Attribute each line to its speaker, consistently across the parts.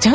Speaker 1: Don't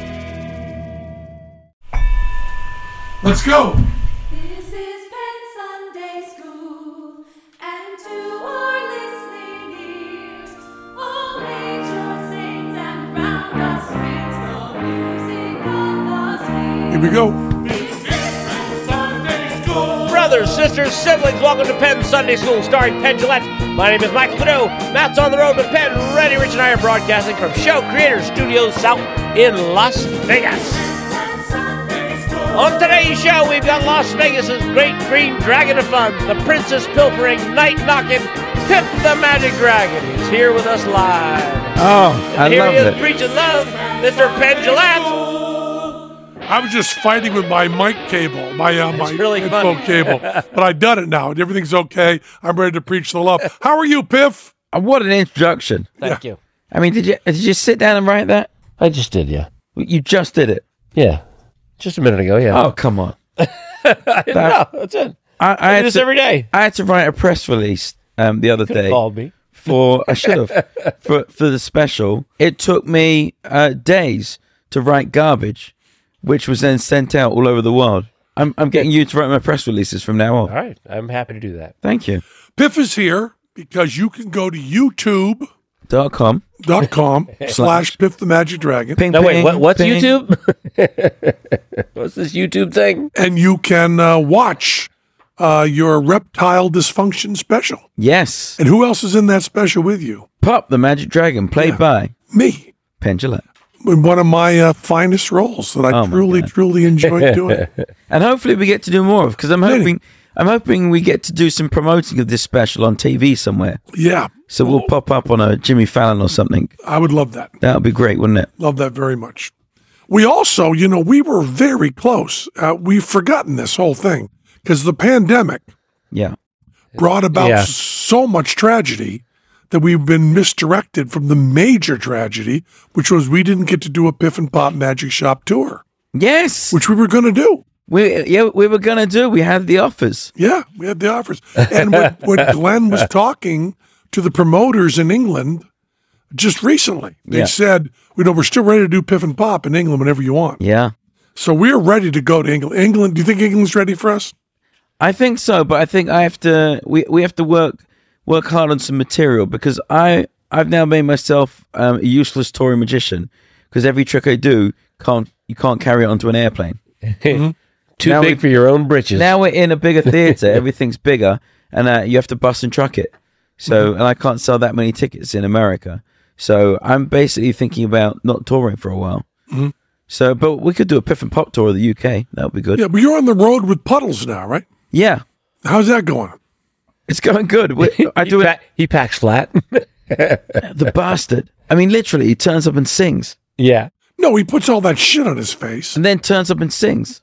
Speaker 2: Let's go.
Speaker 3: This is Penn Sunday School, and to our listening ears, all nature sings and round us rings the music of the spheres.
Speaker 2: Here we go.
Speaker 4: Brothers, sisters, siblings, welcome to Penn Sunday School, starring Penn Gillette. My name is Michael Cadeau. Matt's on the road with Penn. Ready, Rich, and I are broadcasting from Show Creator Studios South in Las Vegas.
Speaker 3: Penn Sunday School,
Speaker 4: On today's show, we've got Las Vegas' Great Green Dragon of Fun, the Princess Pilfering, Night Knocking, Pip the Magic Dragon. He's here with us live.
Speaker 5: Oh, I
Speaker 4: here he is
Speaker 5: love it.
Speaker 4: preaching love, Mr. Penn Gillette.
Speaker 2: I was just fighting with my mic cable, my uh, my
Speaker 4: really
Speaker 2: headphone
Speaker 4: funny.
Speaker 2: cable, but I done it now. and Everything's okay. I'm ready to preach the love. How are you, Piff?
Speaker 5: Uh, What an introduction.
Speaker 4: Thank you.
Speaker 5: I mean, did you did you sit down and write that?
Speaker 4: I just did, yeah.
Speaker 5: You just did it.
Speaker 4: Yeah. Uh, Just a minute ago, yeah.
Speaker 5: Oh, come on.
Speaker 4: no, that's it.
Speaker 5: I, I,
Speaker 4: I do
Speaker 5: had
Speaker 4: this
Speaker 5: to,
Speaker 4: every day. Oh.
Speaker 5: I had to write a press release um, the other day
Speaker 4: Called me.
Speaker 5: for I should have for for the special. It took me uh, days to write garbage, which was then sent out all over the world. I'm I'm getting you to write my press releases from now
Speaker 4: All
Speaker 5: on.
Speaker 4: right, I'm happy to do that.
Speaker 5: Thank you.
Speaker 2: Piff is here because you can go to YouTube.com
Speaker 5: Dot com.
Speaker 2: slash Piff the Magic Dragon,
Speaker 5: Ping,
Speaker 4: No, wait,
Speaker 5: ping,
Speaker 4: what, what's
Speaker 5: ping.
Speaker 4: YouTube? what's this YouTube thing?
Speaker 2: and you can uh, watch uh, your reptile dysfunction special.
Speaker 5: Yes.
Speaker 2: And who else is in that special with you?
Speaker 5: Pop the Magic Dragon, played by
Speaker 2: Me.
Speaker 5: Pendulette.
Speaker 2: In one of my uh, finest roles that I
Speaker 5: Oh, my
Speaker 2: truly,
Speaker 5: God.
Speaker 2: truly enjoy doing.
Speaker 5: and hopefully we get to do more of because I'm hoping I'm hoping we get to do some promoting of this special on TV somewhere.
Speaker 2: Yeah,
Speaker 5: So we'll pop up on a Jimmy Fallon or something.
Speaker 2: I would love that.
Speaker 5: That would be great, wouldn't it?
Speaker 2: Love that very much. We also, you know, we were very close. Uh, we've forgotten this whole thing because the pandemic
Speaker 5: Yeah.
Speaker 2: brought about
Speaker 4: Yeah.
Speaker 2: s- so much tragedy that we've been misdirected from the major tragedy, which was we didn't get to do a Piff and Pop Magic Shop tour,
Speaker 5: Yes.
Speaker 2: which we were going to do.
Speaker 5: We yeah we were gonna do. We had the offers.
Speaker 2: Yeah, we had the offers. And when, when Glenn was talking to the promoters in England just recently, they
Speaker 5: Yeah.
Speaker 2: said, you know, we're still ready to do Piff and Pop in England whenever you want.
Speaker 5: Yeah.
Speaker 2: So we're ready to go to England. England, do you think England's ready for us?
Speaker 5: I think so, but I think I have to. We we have to work work hard on some material because I I've now made myself um, a useless Tory magician because every trick I do can't you can't carry it onto an airplane.
Speaker 4: Too
Speaker 5: Mm-hmm. Now
Speaker 4: big
Speaker 5: we-
Speaker 4: for your own britches.
Speaker 5: Now we're in a bigger theater. Everything's bigger, and uh, you have to bus and truck it. So, and I can't sell that many tickets in America. So, I'm basically thinking about not touring for a while. So, but we could do a Piff and Pop tour of the UK. That would be good.
Speaker 2: Yeah, but you're on the road with puddles now, right?
Speaker 5: Yeah,
Speaker 2: How's that going?
Speaker 5: it's going good. We, I
Speaker 4: he,
Speaker 5: do it.
Speaker 4: pa- he packs flat.
Speaker 5: The bastard. I mean, literally, he turns up and sings,
Speaker 4: yeah.
Speaker 2: No, he puts all that shit on his face.
Speaker 5: and then turns up and sings.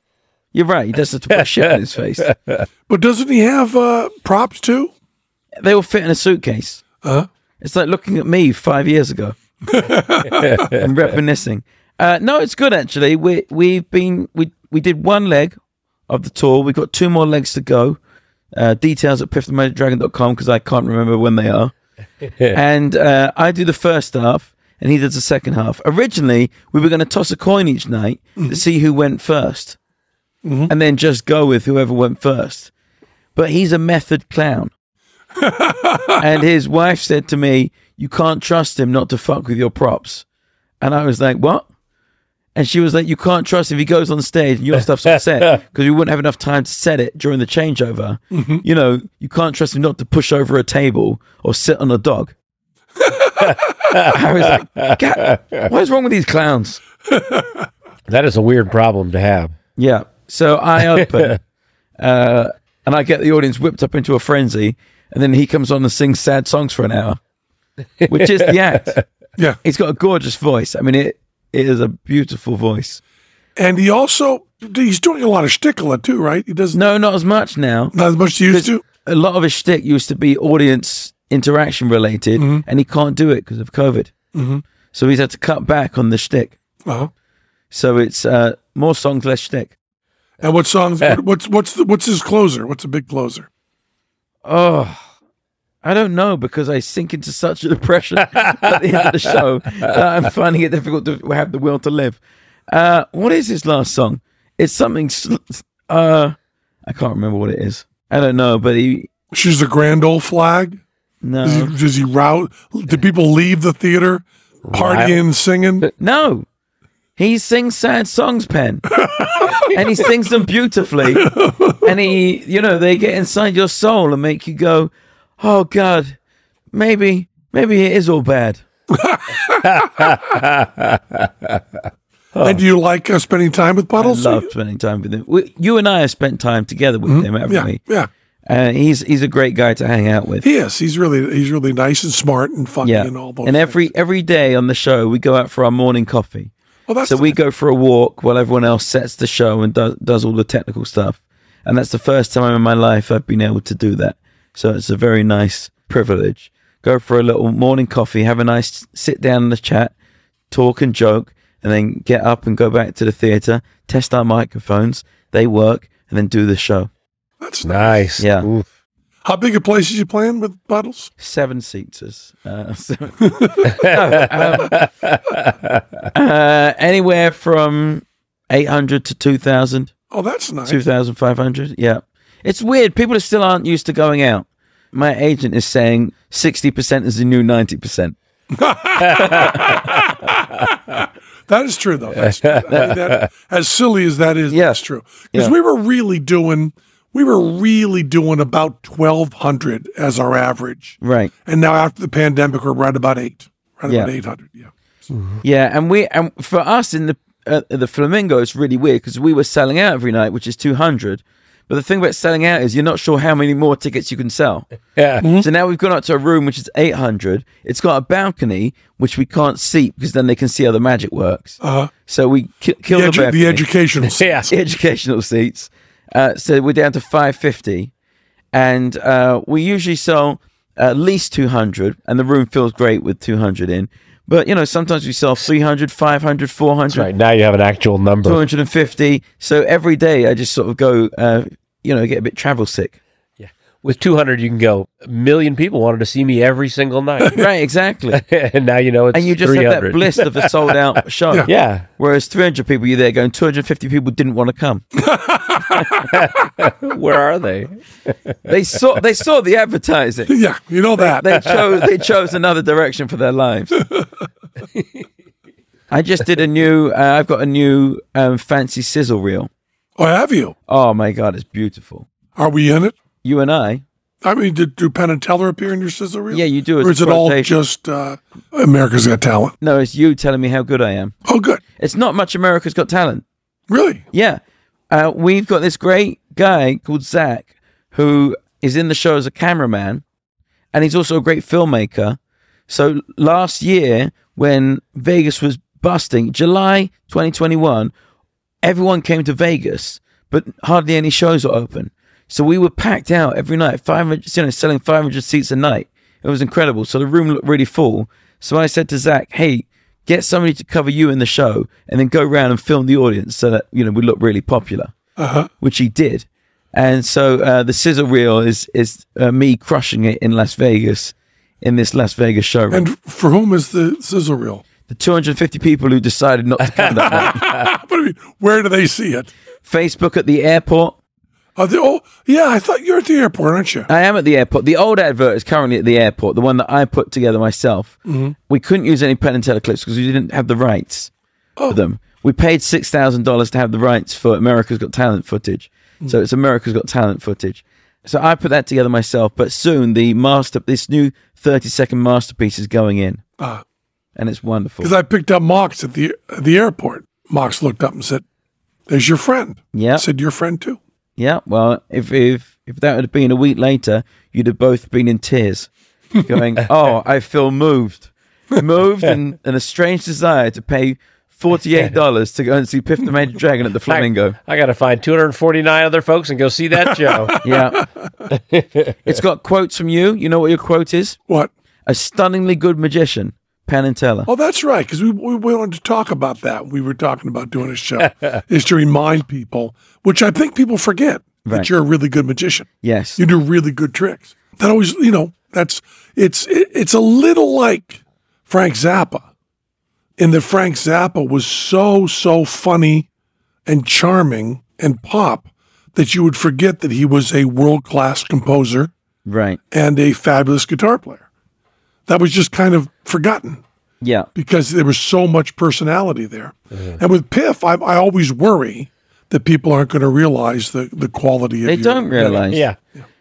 Speaker 5: You're right. He does have to put shit in his face.
Speaker 2: But doesn't he have uh, props too?
Speaker 5: They all fit in a suitcase.
Speaker 2: Uh-huh.
Speaker 5: It's like looking at me five years ago and reminiscing. Uh, no, it's good actually. We we've been we we did one leg of the tour. We've got two more legs to go. Uh, details at piffthemagicdragon.com because I can't remember when they are. and uh, I do the first half and he does the second half. Originally, we were going to toss a coin each night to see who went 1st and then just go with whoever went first. But he's a method clown and his wife said to me, "You can't trust him not to fuck with your props." And I was like, "What?" And she was like, "You can't trust if he goes on stage and your stuff's on set because we wouldn't have enough time to set it during the changeover. You know, you can't trust him not to push over a table or sit on a dog." I was like, "God, "What is wrong with these clowns?"
Speaker 4: That is a weird problem to have.
Speaker 5: Yeah. So I open, uh, and I get the audience whipped up into a frenzy, and then he comes on and sings sad songs for an hour, which is the act.
Speaker 2: Yeah.
Speaker 5: He's got a gorgeous voice. I mean, it it is a beautiful voice.
Speaker 2: And he also He's doing a lot of shtickla too, right? He doesn't
Speaker 5: No, not as much now.
Speaker 2: not as much as he used to.
Speaker 5: A lot of his shtick used to be audience interaction related, and he can't do it because of COVID. So he's had to cut back on the shtick.
Speaker 2: Uh-huh.
Speaker 5: So it's uh, more songs, less shtick.
Speaker 2: And what songs? what- what's what's the, what's his closer? What's a big closer?
Speaker 5: Oh, I don't know because I sink into such a depression at the end of the show that I'm finding it difficult to have the will to live. Uh, what is his last song? It's something. sl- Uh, I can't remember what it is. I don't know, but he
Speaker 2: She's the grand old flag. Does
Speaker 5: no
Speaker 2: he, does he route? Do people leave the theater partying, and singing?
Speaker 5: no. He sings sad songs, Pen, and he sings them beautifully. And he, you know, they get inside your soul and make you go, "Oh God, maybe, maybe it is all bad."
Speaker 2: And do you like uh, spending time with Puddles?
Speaker 5: I love spending time with him. We, you and I have spent time together with him, haven't
Speaker 2: Mm-hmm. yeah,
Speaker 5: we?
Speaker 2: yeah.
Speaker 5: Uh, he's he's a great guy to hang out with.
Speaker 2: He is. He's really he's really nice and smart and funny
Speaker 5: yeah,
Speaker 2: and all those.
Speaker 5: and every every day on the show we go out for our morning coffee.
Speaker 2: things. oh, that's
Speaker 5: So we go for a walk while everyone else sets the show and does does all the technical stuff. And that's the first time in my life I've been able to do that. So it's a very nice privilege. Go for a little morning coffee, have a nice sit down and the chat, talk and joke, and then get up and go back to the theater, test our microphones, they work, and then do the show.
Speaker 2: that's nice.
Speaker 4: Nice.
Speaker 5: Yeah.
Speaker 4: Oof.
Speaker 2: How big a place is you playing with Puddles?
Speaker 5: seven seaters. Uh, seven. No, um, uh, anywhere from 800 to 2,000,
Speaker 2: Oh, that's nice.
Speaker 5: 2,500. Yeah. It's weird. People still aren't used to going out. My agent is saying 60% is the new 90%.
Speaker 2: That is true, though. That's true. I mean, that- as silly as that is,
Speaker 5: Yeah.
Speaker 2: that's true. Because
Speaker 5: Yeah.
Speaker 2: we were really doing, we were really doing about twelve hundred as our average,
Speaker 5: Right.
Speaker 2: and now after the pandemic, we're right about eight, right about
Speaker 5: Yeah.
Speaker 2: eight hundred. Yeah,
Speaker 5: Yeah, and we and for us in the uh, the flamingo, it's really weird because we were selling out every night, which is two hundred. But the thing about selling out is you're not sure how many more tickets you can sell.
Speaker 4: Yeah.
Speaker 5: So now we've gone up to a room which is eight hundred. It's got a balcony which we can't seat because then they can see how the magic works.
Speaker 2: Uh-huh.
Speaker 5: So we ki- kill
Speaker 2: the,
Speaker 5: the,
Speaker 2: edu- the
Speaker 5: balcony.
Speaker 2: educational.
Speaker 4: Yeah.
Speaker 5: educational seats. Uh, so we're down to 550, and uh, we usually sell at least 200, and the room feels great with 200 in. But you know, sometimes we sell 300, 500, 400,
Speaker 4: Right now you have an actual number.
Speaker 5: 250. So every day I just sort of go, uh, you know, get a bit travel sick.
Speaker 4: With 200, you can go. A million people wanted to see me every single night.
Speaker 5: Right, exactly.
Speaker 4: and now you know it's
Speaker 5: And you just
Speaker 4: 300.
Speaker 5: have that bliss of a sold out show.
Speaker 4: Yeah.
Speaker 5: Whereas 300 people, you're there going, 250 people didn't want to come.
Speaker 4: Where are they?
Speaker 5: They saw they saw the advertising.
Speaker 2: Yeah, you know that.
Speaker 5: they chose they chose another direction for their lives. I just did a new. Uh, I've got a new um, fancy sizzle reel.
Speaker 2: or have you?
Speaker 5: Oh my god, it's beautiful.
Speaker 2: Are we in it?
Speaker 5: You and I.
Speaker 2: I mean, did do Penn and Teller appear in your sizzle reel?
Speaker 5: Yeah, you do.
Speaker 2: Or is
Speaker 5: It's
Speaker 2: it all
Speaker 5: exploitation.
Speaker 2: just uh, America's Got Talent?
Speaker 5: No, it's you telling me how good I am.
Speaker 2: Oh, good.
Speaker 5: It's not much. America's Got Talent.
Speaker 2: Really?
Speaker 5: Yeah, uh, we've got this great guy called Zach who is in the show as a cameraman, and he's also a great filmmaker. So last year, when Vegas was busting, July 2021, everyone came to Vegas, but hardly any shows were open. So we were packed out every night, 500, you know, selling 500 seats a night. It was incredible. So the room looked really full. So I said to Zach, hey, get somebody to cover you in the show and then go around and film the audience so that, you know, we look really popular, which he did. And so uh, the scissor reel is, is uh, me crushing it in Las Vegas, in this Las Vegas showroom
Speaker 2: And for whom is the sizzle reel?
Speaker 5: the 250 people who decided not to come that night.
Speaker 2: What do you mean? Where do they see it?
Speaker 5: Facebook at the airport.
Speaker 2: Are they, oh, yeah, I thought you were at the airport, aren't you?
Speaker 5: I am at the airport. The old advert is currently at the airport, the one that I put together myself. We couldn't use any Penn and Teller clips because we didn't have the rights for them. We paid $6,000 to have the rights for America's Got Talent footage. So it's America's Got Talent footage. So I put that together myself, but soon the master, this new 30 second masterpiece is going in.
Speaker 2: Ah.
Speaker 5: And it's wonderful.
Speaker 2: Because I picked up Mox at the at the airport. Mox looked up and said, "There's your friend."
Speaker 5: Yeah.
Speaker 2: I said your friend too.
Speaker 5: Yeah, well, if if if that had been a week later, you'd have both been in tears, going, "Oh, I feel moved, moved, and, and a strange desire to pay Forty-eight dollars to go and see Piff the Major Dragon at the Flamingo.
Speaker 4: I got to find 249 other folks and go see that show.
Speaker 5: Yeah, it's got quotes from you. You know what your quote is?
Speaker 2: What?
Speaker 5: A stunningly good magician, Penn and Teller.
Speaker 2: Oh, that's right. Because we, we wanted to talk about that. We were talking about doing a show is to remind people, which I think people forget
Speaker 5: Right.
Speaker 2: that you're a really good magician.
Speaker 5: Yes,
Speaker 2: You do really good tricks. That always, you know, that's it's it, it's a little like Frank Zappa, in that Frank Zappa was so so funny and charming and pop that you would forget that he was a world class composer
Speaker 5: right.
Speaker 2: and a fabulous guitar player. That was just kind of forgotten
Speaker 5: Yeah,
Speaker 2: because there was so much personality there. And with Piff, I, I always worry that people aren't going to realize the, the quality of
Speaker 5: they
Speaker 2: your-
Speaker 5: don't realize.
Speaker 4: Yeah.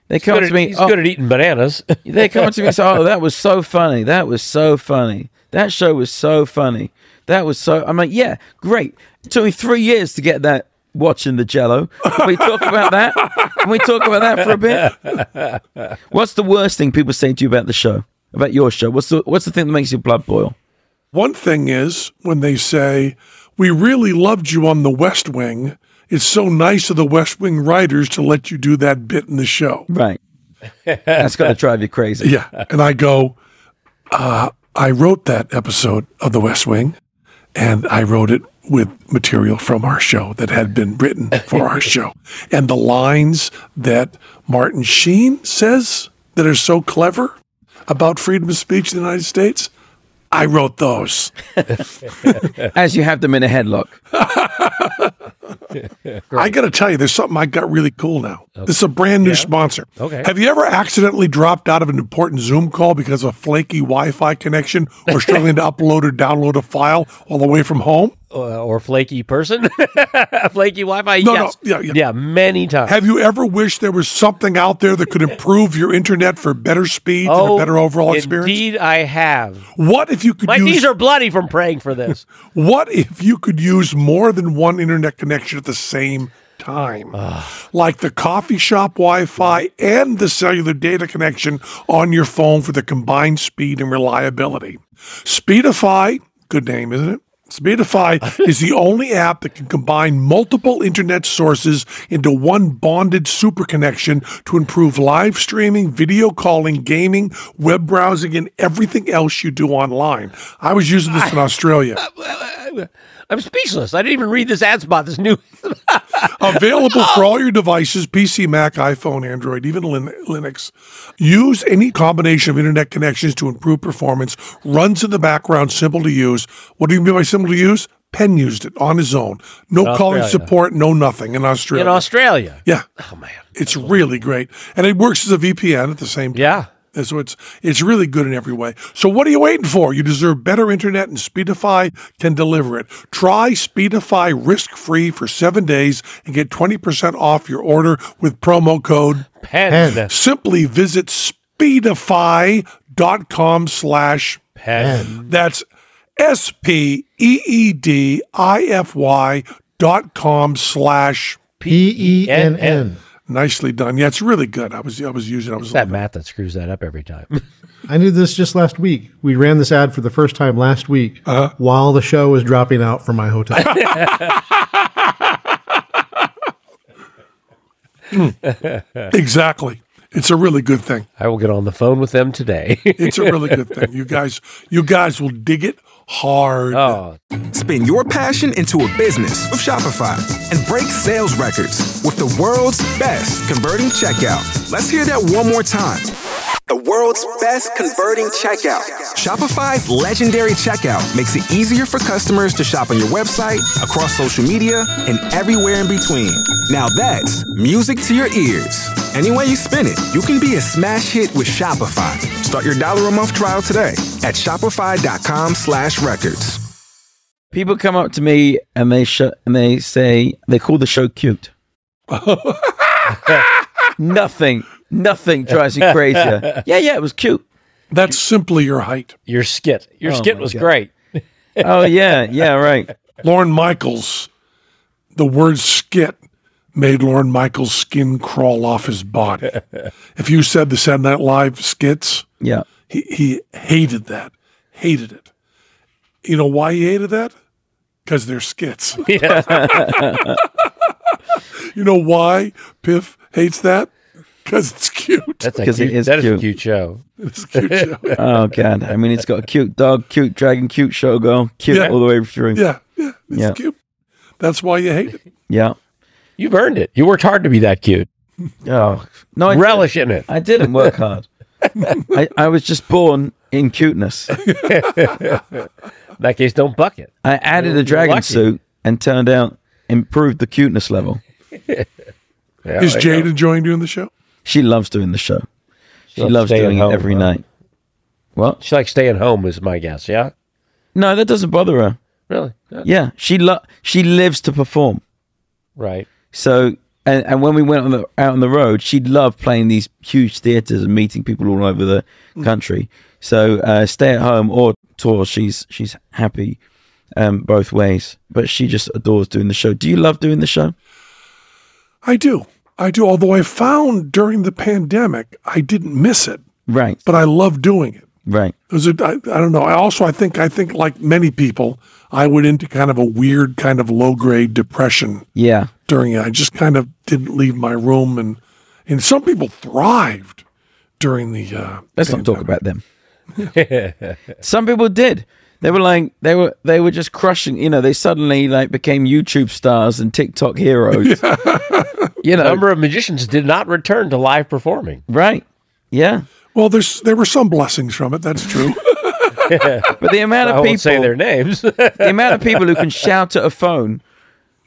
Speaker 5: they
Speaker 4: Good
Speaker 5: come
Speaker 4: at-
Speaker 5: to me.
Speaker 4: he's
Speaker 5: "Oh,
Speaker 4: good at eating bananas.
Speaker 5: They come up to me and say, "Oh, that was so funny. That was so funny. That show was so funny. That was so." I'm like, "Yeah, great." It took me three years to get that watching the Jello. Can we talk about that? Can we talk about that for a bit? What's the worst thing people say to you about the show? About your show? What's the What's the thing that makes your blood boil?
Speaker 2: One thing is when they say, We really loved you on the West Wing. It's so nice of the West Wing writers to let you do that bit in the show.
Speaker 5: Right. That's got to drive you crazy.
Speaker 2: Yeah. And I go, uh, I wrote that episode of The West Wing, and I wrote it with material from our show that had been written for our show. And the lines that Martin Sheen says that are so clever about freedom of speech in the United States, I wrote those.
Speaker 5: As you have them in a headlock.
Speaker 2: I got to tell you, there's something I got really cool now. This is a brand new sponsor.
Speaker 4: Okay.
Speaker 2: Have you ever accidentally dropped out of an important Zoom call because of a flaky Wi Fi connection or struggling to upload or download a file all the way from home?
Speaker 4: Uh, or flaky person. flaky Wi Fi.
Speaker 2: No,
Speaker 4: yes.
Speaker 2: no, yeah, yeah.
Speaker 4: many times.
Speaker 2: Have you ever wished there was something out there that could improve your internet for better speed and a better overall experience?
Speaker 4: Oh, Indeed, I have.
Speaker 2: What if you could
Speaker 4: My
Speaker 2: use
Speaker 4: knees are bloody from praying for this.
Speaker 2: What if you could use more than one internet connection at the same time? like the coffee shop Wi Fi and the cellular data connection on your phone for the combined speed and reliability. Speedify, good name, isn't it? Speedify is the only app that can combine multiple internet sources into one bonded super connection to improve live streaming, video calling, gaming, web browsing, and everything else you do online. I was using this in Australia.
Speaker 4: I'm speechless. I didn't even read this ad spot. This new.
Speaker 2: Available for all your devices PC, Mac, iPhone, Android, even Lin- Linux. Use any combination of internet connections to improve performance. Runs in the background, simple to use. What do you mean by simple to use? Penn used it on his own. No calling
Speaker 4: Australia.
Speaker 2: support, no nothing in Australia.
Speaker 4: in Australia.
Speaker 2: yeah. Oh, man. It's really great. And it works as a VPN at the same time.
Speaker 4: Yeah.
Speaker 2: And So it's it's really good in every way. So what are you waiting for? You deserve better internet, and Speedify can deliver it. Try Speedify risk-free for seven days and get 20% off your order with promo code.
Speaker 4: Pen. Pen.
Speaker 2: Simply visit speedify.com slash that's E S-P-E-E-D-I-F-Y dot com slash
Speaker 6: P E N N.
Speaker 2: nicely done. Yeah, it's really good. I was I was using I was
Speaker 4: That math that screws that up every time.
Speaker 6: I knew this just last week. We ran this ad for the first time last week while the show was dropping out from my hotel.
Speaker 2: exactly. It's a really good thing.
Speaker 4: I will get on the phone with them today.
Speaker 2: It's a really good thing. You guys, you guys will dig it hard.
Speaker 7: Spin your passion into a business with Shopify and break sales records with the world's best converting checkout. Let's hear that one more time. The world's best converting checkout. Shopify's legendary checkout makes it easier for customers to shop on your website, across social media, and everywhere in between. Now that's music to your ears. Any way you spin it, you can be a smash hit with Shopify. Start your dollar a month trial today at shopify.com slash records.
Speaker 5: People come up to me and they sh- and they say they call the show cute. nothing, nothing drives you crazier. Yeah, yeah, it was cute.
Speaker 2: That's simply your height.
Speaker 4: Your skit. Your skit
Speaker 5: my
Speaker 4: was
Speaker 5: God.
Speaker 4: great.
Speaker 5: Oh yeah, yeah, right.
Speaker 2: Lauren Michaels, the word skit made Lauren Michaels' skin crawl off his body. if you said the Saturday Night Live skits,
Speaker 5: Yeah,
Speaker 2: he, he hated that, hated it. You know why he hated that? because they're skits. you know why Piff hates that? Because it's cute.
Speaker 4: That's a
Speaker 5: 'Cause it
Speaker 4: cute,
Speaker 5: is
Speaker 4: that is a
Speaker 5: cute.
Speaker 4: cute show.
Speaker 2: It's a cute show.
Speaker 5: Oh god! I mean, it's got a cute dog, cute dragon, cute showgirl, cute
Speaker 2: Yeah.
Speaker 5: all the way through.
Speaker 2: Yeah, yeah, it's
Speaker 5: Yeah.
Speaker 2: cute. That's why you hate it.
Speaker 5: Yeah.
Speaker 4: You've earned it. You worked hard to be that cute.
Speaker 5: Oh no! I,
Speaker 4: Relish in it.
Speaker 5: I didn't work hard. I, I was just born in cuteness.
Speaker 4: In that case, don't buck it.
Speaker 5: I added a dragon
Speaker 4: lucky.
Speaker 5: suit and turned out improved the cuteness level.
Speaker 4: Yeah,
Speaker 2: Is
Speaker 4: there you
Speaker 2: Jade
Speaker 4: go.
Speaker 2: enjoying doing the show?
Speaker 5: She loves doing the show. She
Speaker 4: loves
Speaker 5: loves
Speaker 4: staying
Speaker 5: doing
Speaker 4: home,
Speaker 5: it every
Speaker 4: huh?
Speaker 5: night. What?
Speaker 4: She likes staying home, is my guess. Yeah,
Speaker 5: No, that doesn't bother her.
Speaker 4: really.
Speaker 5: Yeah, she lo- she lives to perform.
Speaker 4: Right.
Speaker 5: So and, and when we went on the, out on the road, she loved playing these huge theaters and meeting people all over the country. So uh, stay at home or tour, she's she's happy um, both ways. But she just adores doing the show. Do you love doing the show?
Speaker 2: I do. I do. Although I found during the pandemic, I didn't miss it,
Speaker 5: Right,
Speaker 2: but I love doing it.
Speaker 5: right.
Speaker 2: It was a, I, I don't know. I also I think I think like many people, I went into kind of a weird kind of low grade depression
Speaker 5: Yeah,
Speaker 2: during it. I just kind of didn't leave my room, and and some people thrived during the. Uh,
Speaker 5: let's not talk about them. Some people did. They were like they were they were just crushing. You know, they suddenly like became YouTube stars and TikTok heroes. you
Speaker 4: A
Speaker 5: know,
Speaker 4: number of magicians did not return to live performing.
Speaker 5: right? Yeah,
Speaker 2: well, there's there were some blessings from it. That's true.
Speaker 5: but the amount
Speaker 4: I
Speaker 5: of
Speaker 4: won't
Speaker 5: people
Speaker 4: say their names.
Speaker 5: the amount of people who can shout at a phone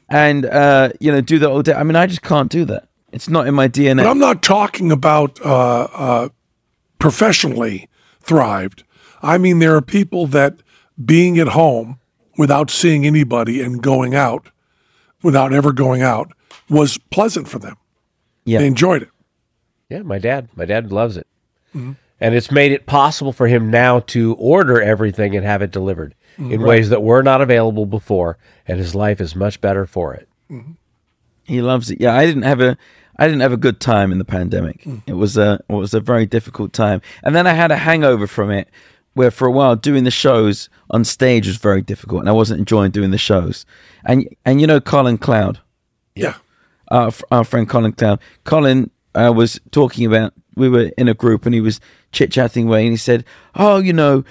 Speaker 5: and uh, you know do that all day. I mean, I just can't do that. It's not in my DNA.
Speaker 2: But I'm not talking about uh, uh, professionally thrived. I mean, there are people that being at home without seeing anybody and going out without ever going out was pleasant for them.
Speaker 5: Yeah.
Speaker 2: They enjoyed it.
Speaker 4: yeah, my dad. My dad loves it,
Speaker 5: Mm-hmm.
Speaker 4: and it's made it possible for him now to order everything and have it delivered
Speaker 5: Mm,
Speaker 4: in ways that were not available before, and his life is much better for it.
Speaker 5: he loves it. Yeah, I didn't have a I didn't have a good time in the pandemic. It was a it was a very difficult time, and then I had a hangover from it, where for a while doing the shows on stage was very difficult, and I wasn't enjoying doing the shows. And and you know Colin Cloud,
Speaker 2: Yeah.
Speaker 5: our, f- our friend Colin Cloud. Colin uh, was talking about we were in a group and he was chit chatting away and he said, "Oh, you know."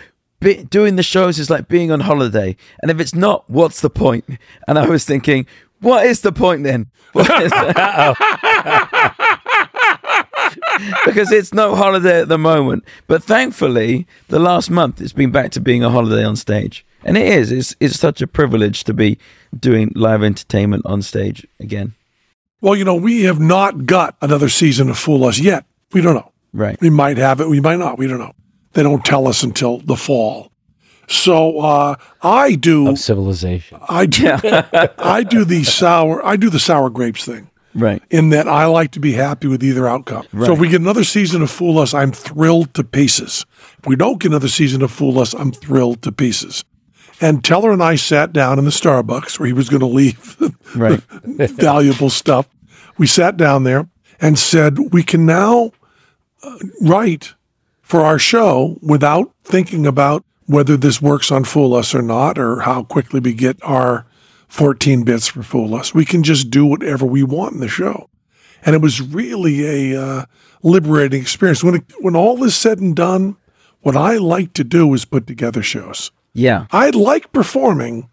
Speaker 5: Be, doing the shows is like being on holiday, and if it's not, what's the point? And I was thinking, what is the point then? What is- because it's no holiday at the moment. But thankfully, the last month it's been back to being a holiday on stage, and it is. It's it's such a privilege to be doing live entertainment on stage again.
Speaker 2: Well, you know, we have not got another season to fool us yet. We don't know.
Speaker 5: Right.
Speaker 2: We might have it. We might not. We don't know. They don't tell us until the fall. So uh, I do.
Speaker 4: Of civilization.
Speaker 2: I do. I do the sour. I do the sour grapes thing.
Speaker 5: Right.
Speaker 2: in that I like to be happy with either outcome. So if we get another season of Fool Us, I'm thrilled to pieces. If we don't get another season of Fool Us, I'm thrilled to pieces. And Teller and I sat down in the Starbucks where he was going to leave the
Speaker 5: Right.
Speaker 2: valuable stuff. We sat down there and said, we can now uh, write for our show without thinking about whether this works on Fool Us or not, or how quickly we get our 14 bits for Fool Us. We can just do whatever we want in the show. And it was really a uh, liberating experience. When, it, when all is said and done, what I like to do is put together shows.
Speaker 5: Yeah.
Speaker 2: I like performing,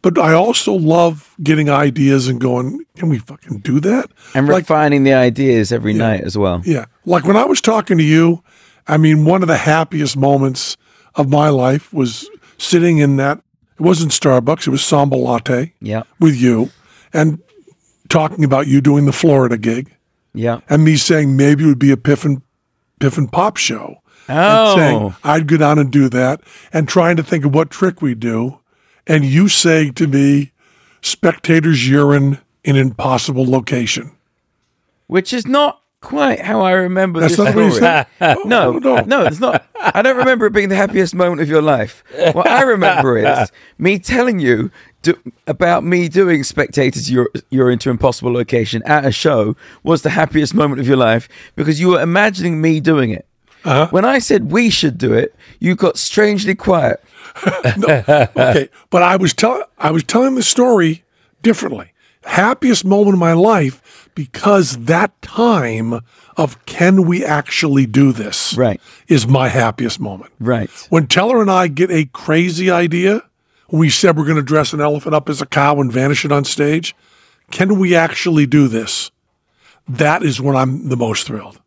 Speaker 2: but I also love getting ideas and going, can we fucking do that?
Speaker 5: And
Speaker 2: like,
Speaker 5: refining the ideas every night as well.
Speaker 2: yeah. Like when I was talking to you, I mean, one of the happiest moments of my life was sitting in that, it wasn't Starbucks, it was Samba Latte
Speaker 5: Yeah.
Speaker 2: with you and talking about you doing the Florida gig
Speaker 5: Yeah.
Speaker 2: and me saying maybe it would be a Piff and, Piff and Pop show.
Speaker 5: Oh.
Speaker 2: And saying I'd go down and do that and trying to think of what trick we do. And you saying to me, spectators urine in impossible location.
Speaker 5: Which is not quite how I remember
Speaker 2: That's
Speaker 5: this
Speaker 2: not what you
Speaker 5: story.
Speaker 2: said. Oh,
Speaker 5: No, no, it's not. I don't remember it being the happiest moment of your life. What I remember is me telling you do, about me doing spectators. You're you're into impossible location at a show was the happiest moment of your life because you were imagining me doing it.
Speaker 2: Uh-huh.
Speaker 5: When I said we should do it, you got strangely quiet.
Speaker 2: okay, but I was telling I was telling the story differently. Happiest moment of my life because that time of can we actually do this
Speaker 5: Right.
Speaker 2: is my happiest moment.
Speaker 5: Right.
Speaker 2: When Teller and I get a crazy idea, when we said we're going to dress an elephant up as a cow and vanish it on stage, can we actually do this? That is when I'm the most thrilled.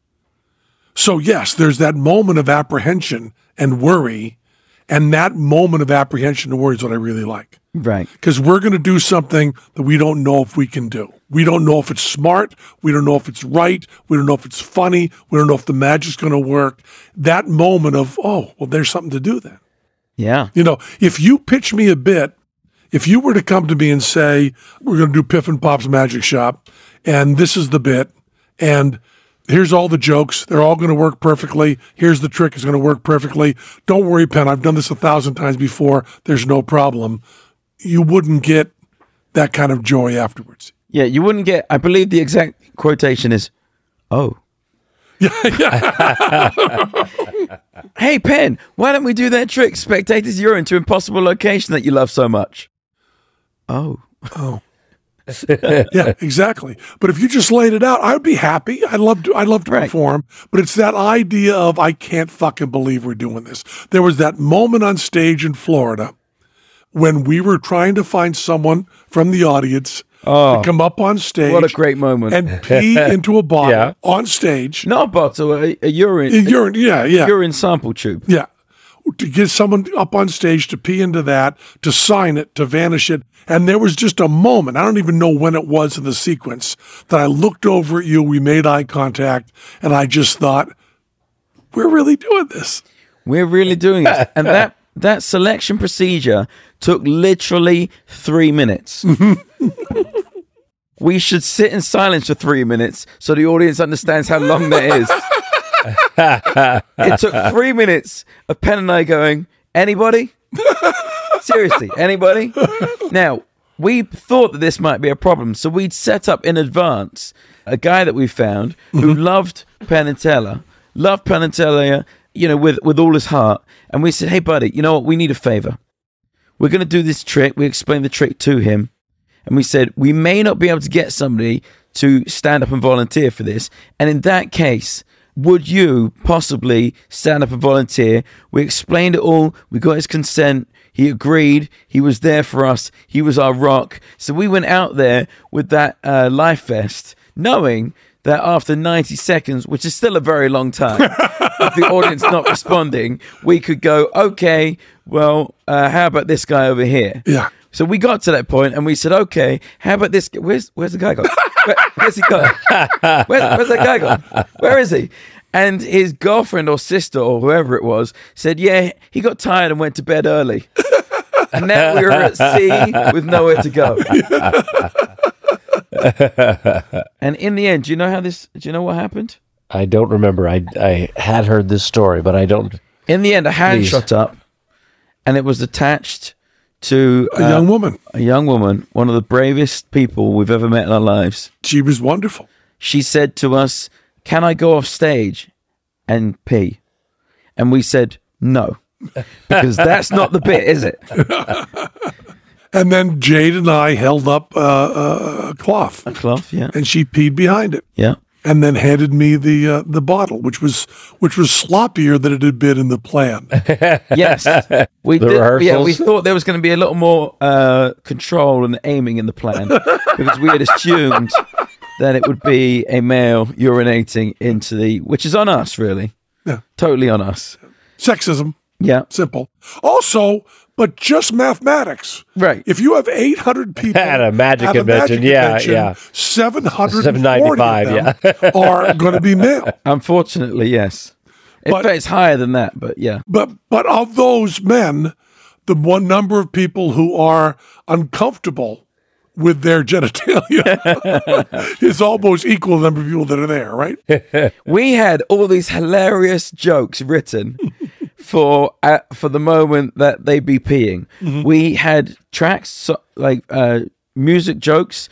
Speaker 2: So, yes, there's that moment of apprehension and worry. And that moment of apprehension and worry is what I really like
Speaker 5: Right.
Speaker 2: because we're going to do something that we don't know if we can do. We don't know if it's smart. We don't know if it's right. We don't know if it's funny. We don't know if the magic's going to work. That moment of, oh, well, there's something to do then.
Speaker 5: Yeah.
Speaker 2: You know, if you pitch me a bit, if you were to come to me and say, we're going to do Piff and Pop's Magic Shop, and this is the bit, and here's all the jokes, they're all going to work perfectly. Here's the trick, it's going to work perfectly. Don't worry, Penn, I've done this a thousand times before. There's no problem. You wouldn't get that kind of joy afterwards.
Speaker 5: Yeah. You wouldn't get, I believe the exact quotation is, oh. hey, Penn, why don't we do that trick, Spectators Urine, to Impossible Location that you love so much? Oh.
Speaker 2: yeah, exactly. But if you just laid it out, I would be happy. I love to. I love to
Speaker 5: Right.
Speaker 2: perform. But it's that idea of I can't fucking believe we're doing this. There was that moment on stage in Florida when we were trying to find someone from the audience to come up on stage.
Speaker 5: Oh. What a great moment.
Speaker 2: And pee into a bottle
Speaker 4: Yeah.
Speaker 2: on stage.
Speaker 5: Not a bottle, a, a urine, a
Speaker 2: Urine. Yeah, yeah,
Speaker 5: urine sample tube.
Speaker 2: yeah. To get someone up on stage to pee into that, to sign it, to vanish it. And there was just a moment, I don't even know when it was in the sequence, that I looked over at you, we made eye contact, and I just thought, we're really doing this.
Speaker 5: We're really doing it. And that that selection procedure took literally three minutes. we should sit in silence for three minutes so the audience understands how long that is. it took three minutes of Pen and I going, anybody? Seriously, anybody? Now, we thought that this might be a problem, so we'd set up in advance a guy that we found who loved Penn and Teller, loved Penn and Teller, you know, with, with all his heart. And we said, hey, buddy, you know what? We need a favor. We're going to do this trick. We explained the trick to him. And we said, we may not be able to get somebody to stand up and volunteer for this. And in that case, would you possibly stand up and volunteer? We explained it all. We got his consent. He agreed. He was there for us. He was our rock. So we went out there with that uh, life vest, knowing that after 90 seconds, which is still a very long time, of the audience not responding, we could go, okay, well, uh, how about this guy over here?
Speaker 2: Yeah.
Speaker 5: So we got to that point and we said, okay, how about this? Where's where's the guy gone? Where, where's he gone? Where, where's that guy gone? Where is he? And his girlfriend or sister or whoever it was said, yeah, he got tired and went to bed early. And now we were at sea with nowhere to go. and in the end, do you know how this? Do you know what happened?
Speaker 4: I don't remember. I I had heard this story, but I don't.
Speaker 5: In the end, a hand
Speaker 4: Please.
Speaker 5: shot up, and it was attached to
Speaker 2: A
Speaker 5: uh,
Speaker 2: young woman.
Speaker 5: a young woman, one of the bravest people we've ever met in our lives.
Speaker 2: She was wonderful.
Speaker 5: she said to us, Can I go off stage and pee? And we said, No, because that's not the bit, is it?
Speaker 2: And then Jade and I held up uh, uh, a cloth,
Speaker 5: Cloth, yeah.
Speaker 2: and she peed behind it.
Speaker 5: Yeah.
Speaker 2: and then handed me the uh, the bottle, which was which was sloppier than it had been in the plan.
Speaker 5: Yes. We
Speaker 4: The
Speaker 5: yeah, we
Speaker 4: rehearsals.
Speaker 5: thought there was going to be a little more uh, control and aiming in the plan because we had assumed that it would be a male urinating into the, which is on us, really.
Speaker 2: Yeah.
Speaker 5: Totally on us.
Speaker 2: Sexism,
Speaker 5: Yeah.
Speaker 2: simple. Also, but just mathematics.
Speaker 5: Right.
Speaker 2: If you have eight hundred people
Speaker 4: At a magic convention, yeah, yeah.
Speaker 2: seven hundred and forty
Speaker 4: 795,
Speaker 2: yeah. are going to be male.
Speaker 5: Unfortunately, yes. In
Speaker 2: But-
Speaker 5: fact, it's higher than that, but yeah.
Speaker 2: But but of those men, the one number of people who are uncomfortable with their genitalia is almost equal to the number of people that are there, right?
Speaker 5: we had all these hilarious jokes written for uh, for the moment that they be peeing. We had tracks so, like uh, music jokes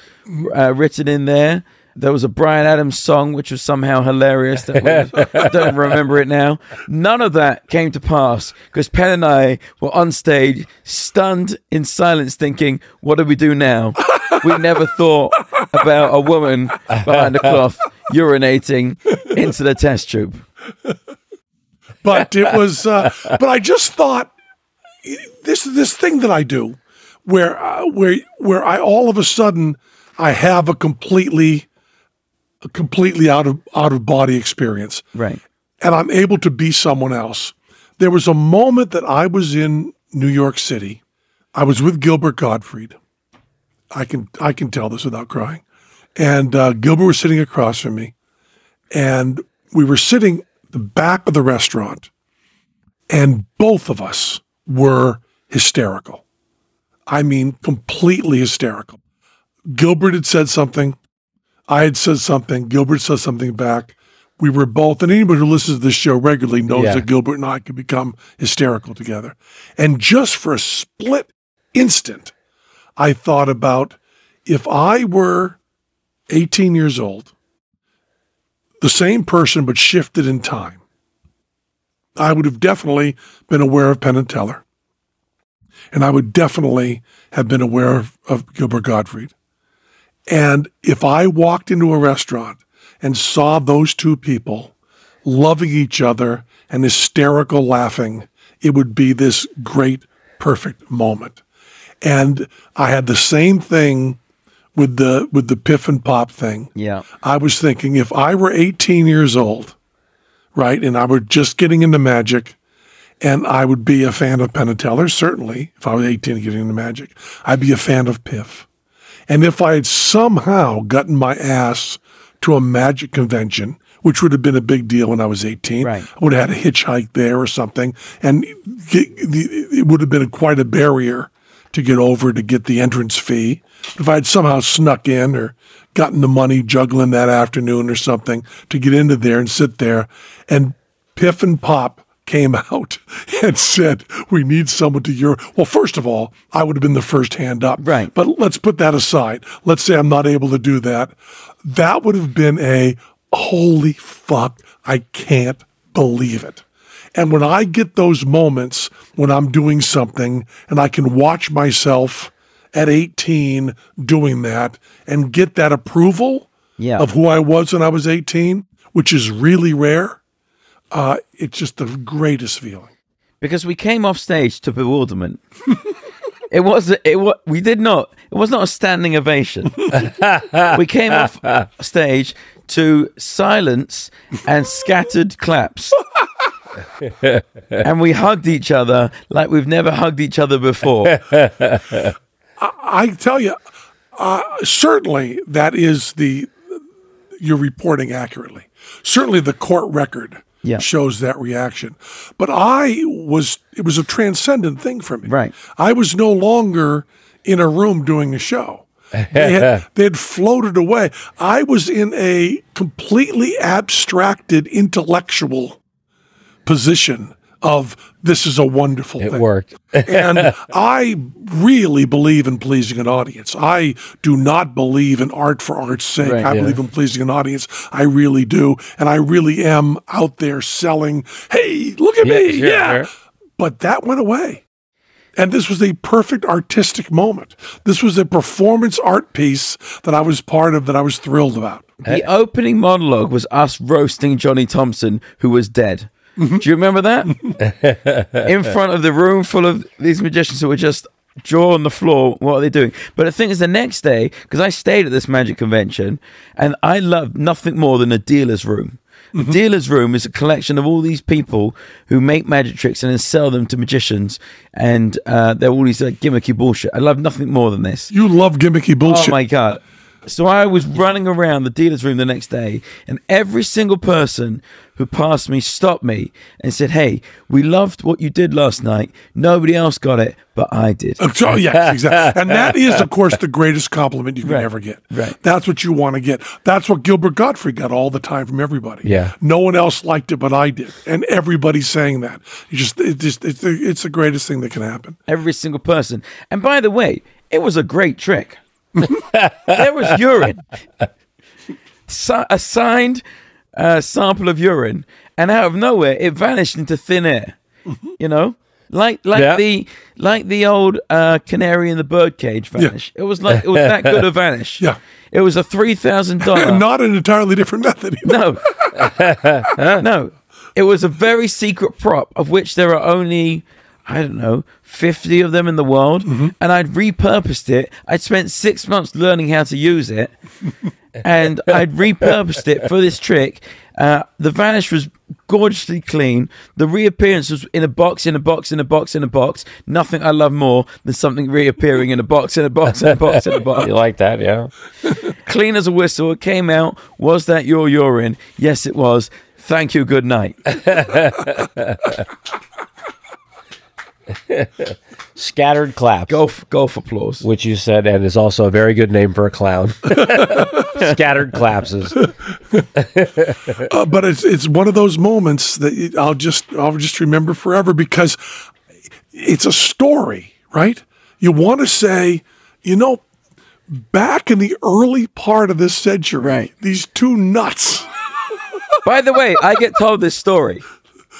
Speaker 5: uh, written in there. There was a Brian Adams song, which was somehow hilarious. That was, I don't remember it now. None of that came to pass because Penn and I were on stage, stunned in silence, thinking, what do we do now? We never thought about a woman behind a cloth urinating into the test tube.
Speaker 2: but it was uh, but i just thought this this thing that i do where uh, where where i all of a sudden i have a completely a completely out of out of body experience
Speaker 5: Right.
Speaker 2: and i'm able to be someone else there was a moment that i was in new york city i was with gilbert gottfried i can i can tell this without crying and uh, gilbert was sitting across from me and we were sitting at the back of the restaurant and both of us were hysterical i mean completely hysterical gilbert had said something i had said something gilbert said something back we were both and anybody who listens to this show regularly knows
Speaker 5: Yeah.
Speaker 2: that gilbert and i could become hysterical together and just for a split instant i thought about if i were 18 years old the same person but shifted in time, I would have definitely been aware of Penn and Teller. And I would definitely have been aware of, of Gilbert Gottfried. And if I walked into a restaurant and saw those two people loving each other and hysterical laughing, it would be this great, perfect moment. And I had the same thing with the with the piff and pop thing.
Speaker 5: Yeah.
Speaker 2: I was thinking if I were 18 years old, right, and I were just getting into magic, and I would be a fan of Penn and Teller, certainly, if I was 18 and getting into magic, I'd be a fan of Piff. And if I had somehow gotten my ass to a magic convention, which would have been a big deal when I was 18,
Speaker 5: Right.
Speaker 2: I would have had a hitchhike there or something, and get, the- it would have been quite a barrier to get over to get the entrance fee. If I had somehow snuck in or gotten the money juggling that afternoon or something to get into there and sit there, and Piff and Pop came out and said, We need someone to your. Well, first of all, I would have been the first hand up.
Speaker 5: Right.
Speaker 2: But let's put that aside. Let's say I'm not able to do that. That would have been a holy fuck, I can't believe it. And when I get those moments when I'm doing something and I can watch myself at 18 doing that and get that approval
Speaker 5: Yeah.
Speaker 2: of who I was when I was 18, which is really rare, uh, it's just the greatest feeling.
Speaker 5: because we came off stage to bewilderment. it was it was we did not it was not a standing ovation. we came off stage to silence and scattered claps. and we hugged each other like we've never hugged each other before.
Speaker 2: I tell you, uh, certainly that is the you're reporting accurately. Certainly, the court record
Speaker 5: Yeah.
Speaker 2: shows that reaction. But I was it was a transcendent thing for me.
Speaker 5: Right.
Speaker 2: I was no longer in a room doing a show. They had, they had floated away. I was in a completely abstracted intellectual position of this is a wonderful
Speaker 4: It
Speaker 2: thing
Speaker 4: worked.
Speaker 2: and I really believe in pleasing an audience. I do not believe in art for art's sake.
Speaker 5: Right,
Speaker 2: I
Speaker 5: yeah.
Speaker 2: believe in pleasing an audience. I really do. And I really am out there selling, hey, look at
Speaker 4: Yeah,
Speaker 2: me.
Speaker 4: sure,
Speaker 2: yeah.
Speaker 4: sure.
Speaker 2: But that went away. And this was a perfect artistic moment. This was a performance art piece that I was part of that I was thrilled about.
Speaker 5: The opening monologue was us roasting Johnny Thompson, who was dead. Do you remember that? In front of the room full of these magicians who were just jaw on the floor. What are they doing? But the thing is, the next day, because I stayed at this magic convention, and I love nothing more than a dealer's room. The dealer's room is a collection of all these people who make magic tricks and then sell them to magicians, and uh, they're all these like gimmicky bullshit. I love nothing more than this.
Speaker 2: You love gimmicky bullshit.
Speaker 5: Oh my god! So I was running around the dealer's room the next day, and every single person who passed me stopped me and said, "Hey, we loved what you did last night. Nobody else got it, but I did."
Speaker 2: So, yes, Oh, exactly. And that is, of course, the greatest compliment you can
Speaker 5: Right,
Speaker 2: ever get.
Speaker 5: right.
Speaker 2: That's what you want to get. That's what Gilbert Gottfried got all the time from everybody.
Speaker 4: Yeah.
Speaker 2: No one else liked it, but I did. And everybody's saying that. You just, it just it's, the, it's the greatest thing that can happen.
Speaker 5: Every single person. And by the way, it was a great trick. there was urine. si- a signed uh, sample of urine, and out of nowhere it vanished into thin air. You know, like like
Speaker 8: Yeah.
Speaker 5: the like the old uh, canary in the birdcage vanish. It was like it was that good a vanish.
Speaker 2: Yeah.
Speaker 5: it was a three thousand dollar.
Speaker 2: Not an entirely different method.
Speaker 5: No. no. It was a very secret prop of which there are only, I don't know, 50 of them in the world. And I'd repurposed it. I'd spent six months learning how to use it. and I'd repurposed it for this trick. Uh, the vanish was gorgeously clean. The reappearance was in a box, in a box, in a box, in a box. Nothing I love more than something reappearing in a box, in a box, in a box, in a box
Speaker 8: You like that, yeah?
Speaker 5: clean as a whistle. It came out. Was that your urine? Yes, it was. Thank you. Good night.
Speaker 8: Scattered clap.
Speaker 5: Golf, golf applause.
Speaker 8: Which you said, and is also a very good name for a clown. Scattered collapses.
Speaker 2: Uh, but it's it's one of those moments that it- I'll just I'll just remember forever because it's a story, right? You want to say, you know, back in the early part of this century,
Speaker 5: Right.
Speaker 2: these two nuts.
Speaker 5: By the way, I get told this story.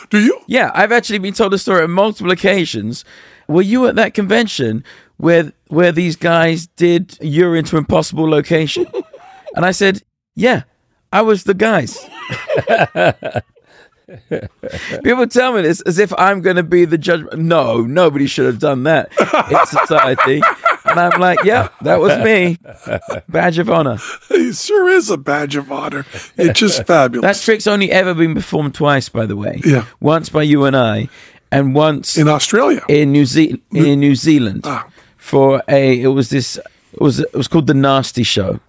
Speaker 2: Do you?
Speaker 5: Yeah, I've actually been told this story on multiple occasions. Were you at that convention where where these guys did urine to impossible location? and I said, yeah, I was the guys. People tell me this as if I'm going to be the judge. No, nobody should have done that in society. and I'm like, yeah, that was me. Badge of honor.
Speaker 2: It sure is a badge of honor. It's just fabulous.
Speaker 5: That trick's only ever been performed twice, by the way.
Speaker 2: Yeah.
Speaker 5: Once by you and I, and once
Speaker 2: in Australia.
Speaker 5: in New Zealand in New Zealand
Speaker 2: Ah.
Speaker 5: for a it was this it was it was called the Nasty Show,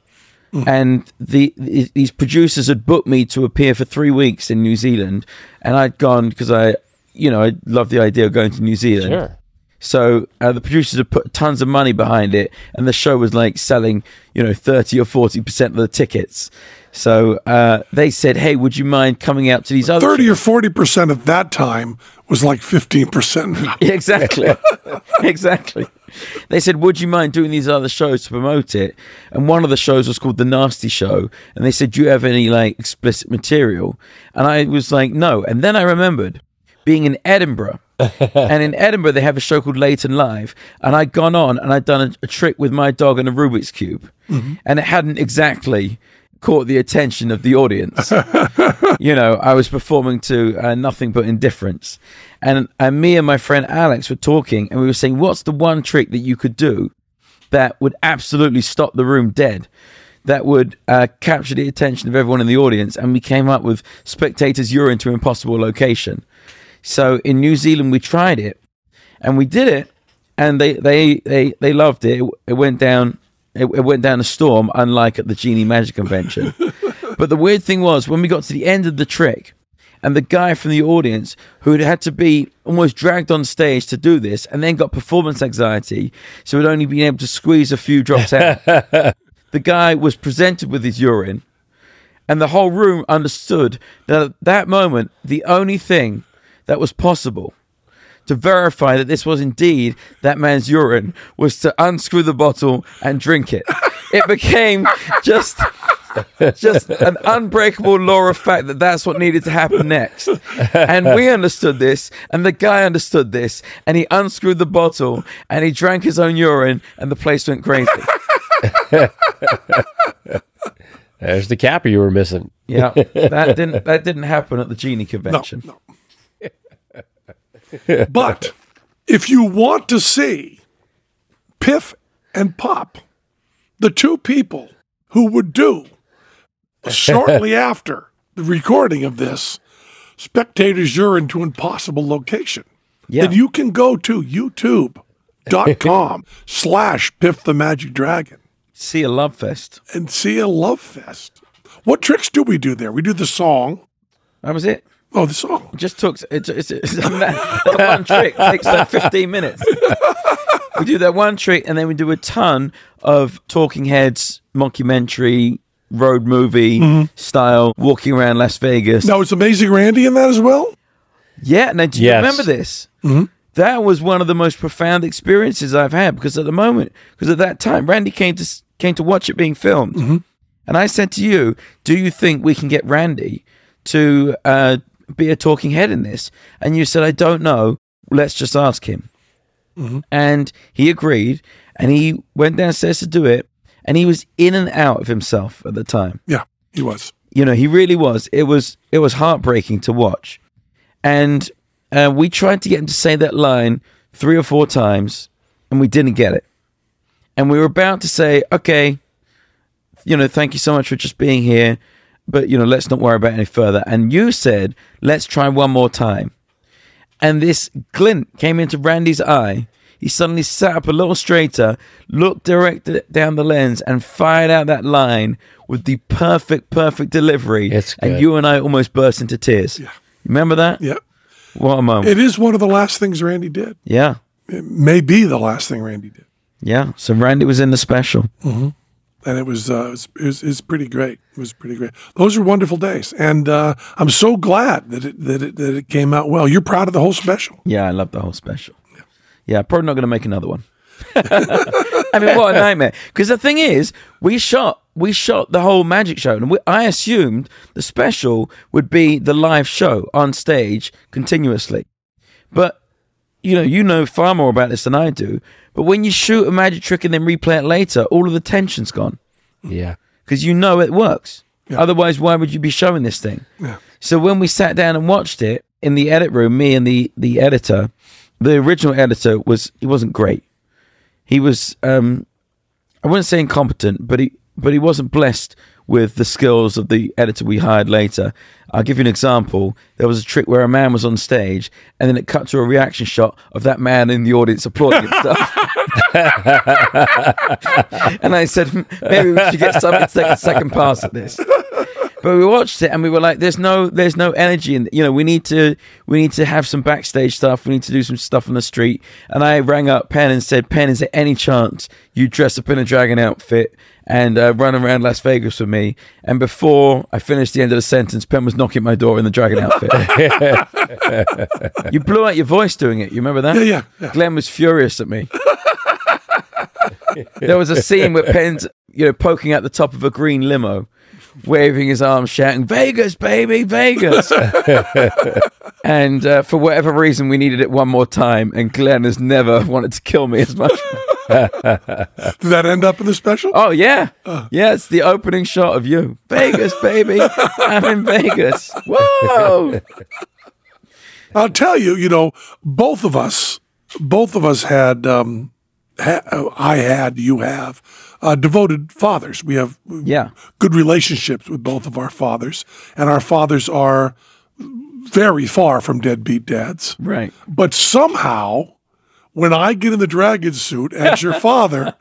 Speaker 5: and the, the these producers had booked me to appear for three weeks in New Zealand, and I'd gone because I you know I love the idea of going to New Zealand.
Speaker 8: Sure.
Speaker 5: So uh, the producers had put tons of money behind it, and the show was like selling, you know, thirty or forty percent of the tickets. So uh, they said, "Hey, would you mind coming out to these other
Speaker 2: 30 or 40% at that time was like 15% now.
Speaker 5: exactly. exactly. They said, Would you mind doing these other shows to promote it? And one of the shows was called The Nasty Show. And they said, Do you have any like explicit material? And I was like, No. And then I remembered being in Edinburgh. and in Edinburgh, they have a show called Late and Live. And I'd gone on and I'd done a, a trick with my dog and a Rubik's Cube. And it hadn't exactly caught the attention of the audience you know, I was performing to uh, nothing but indifference. And, and me and my friend Alex were talking, and we were saying, What's the one trick that you could do that would absolutely stop the room dead? That would uh, capture the attention of everyone in the audience. And we came up with spectators urine to impossible location. So in New Zealand, we tried it and we did it and they, they, they, they loved it. It went down, it, it went down a storm, unlike at the Genie Magic Convention. But the weird thing was when we got to the end of the trick, and the guy from the audience who had had to be almost dragged on stage to do this, and then got performance anxiety, so had only been able to squeeze a few drops out. the guy was presented with his urine, and the whole room understood that at that moment, the only thing that was possible to verify that this was indeed that man's urine was to unscrew the bottle and drink it. It became just just an unbreakable law of fact that that's what needed to happen next. And we understood this, and the guy understood this, and he unscrewed the bottle and he drank his own urine, and the place went crazy.
Speaker 8: There's the capper you were missing.
Speaker 5: Yeah, that didn't that didn't happen at the genie convention.
Speaker 2: But if you want to see Piff and Pop, the two people who would do shortly after the recording of this, spectators urine to impossible location,
Speaker 5: Yeah.
Speaker 2: then you can go to youtube.com slash Piff the Magic Dragon
Speaker 5: See a love fest.
Speaker 2: and see a love fest. What tricks do we do there? We do the song.
Speaker 5: That was it.
Speaker 2: Oh, the song.
Speaker 5: just took it's, it's, it's that, that one trick takes like 15 minutes we do that one trick and then we do a ton of talking heads mockumentary road movie style walking around las vegas
Speaker 2: Now, is Amazing Randy in that as well?
Speaker 5: yeah now do you
Speaker 8: Yes.
Speaker 5: remember this that was one of the most profound experiences i've had because at the moment because at that time randy came to s- came to watch it being filmed And I said to you, do you think we can get Randy to uh, be a talking head in this? And you said, I don't know. Let's just ask him. And he agreed. And he went downstairs to do it. And he was in and out of himself at the time
Speaker 2: Yeah, he was.
Speaker 5: you know he really was it was it was heartbreaking to watch and uh, we tried to get him to say that line three or four times and we didn't get it and we were about to say okay you know thank you so much for just being here but you know let's not worry about it any further and you said let's try one more time and this glint came into Randy's eye. He suddenly sat up a little straighter, looked direct down the lens, and fired out that line with the perfect, perfect delivery.
Speaker 8: It's
Speaker 5: and
Speaker 8: good.
Speaker 5: you and I almost burst into tears. Yeah. Remember that?
Speaker 2: Yeah.
Speaker 5: What a moment.
Speaker 2: It is one of the last things Randy did.
Speaker 5: yeah.
Speaker 2: It may be the last thing Randy did.
Speaker 5: Yeah. So Randy was in the special.
Speaker 2: and it was, uh, it was, it was it was pretty great. It was pretty great. Those were wonderful days, and uh, I'm so glad that it, that it that it came out well. You're proud of the whole special.
Speaker 5: Yeah, I love the whole special. Yeah, probably not going to make another one. I mean, what a nightmare! Because the thing is, we shot we shot the whole magic show, and we, I assumed the special would be the live show on stage continuously. But you know, you know far more about this than I do. But when you shoot a magic trick and then replay it later, all of the tension's gone
Speaker 8: Yeah.
Speaker 5: because you know it works. Otherwise, why would you be showing this thing? So when we sat down and watched it in the edit room, me and the the editor, the original editor was he wasn't great. He was um, I wouldn't say incompetent, but he but he wasn't blessed with the skills of the editor we hired later. I'll give you an example. There was a trick where a man was on stage, and then it cut to a reaction shot of that man in the audience applauding and stuff. and I said, "Hmm, maybe we should get something to take a second pass at this. But we watched it and we were like, "There's no, there's no energy." And you know, we need to, we need to have some backstage stuff. We need to do some stuff on the street. And I rang up Penn and said, "Penn, is there any chance you dress up in a dragon outfit and uh, run around Las Vegas with me?" And before I finished the end of the sentence, Penn was knocking at my door in the dragon outfit. you blew out your voice doing it. You remember that?
Speaker 2: Yeah, yeah, yeah.
Speaker 5: Glenn was furious at me. there was a scene where Penn's, you know, poking out the top of a green limo, waving his arms, shouting, Vegas, baby, Vegas. and uh, for whatever reason, we needed it one more time, and Glenn has never wanted to kill me as much.
Speaker 2: Did that end up in the special?
Speaker 5: oh, yeah. Yeah, it's the opening shot of you. Vegas, baby. I'm in Vegas. Whoa.
Speaker 2: I'll tell you. You know, both of us, both of us had. Um, ha- oh, I had, you have, uh, devoted fathers. We have
Speaker 5: Yeah.
Speaker 2: good relationships with both of our fathers, and our fathers are very far from deadbeat dads.
Speaker 5: Right.
Speaker 2: But somehow, when I get in the dragon suit as your father,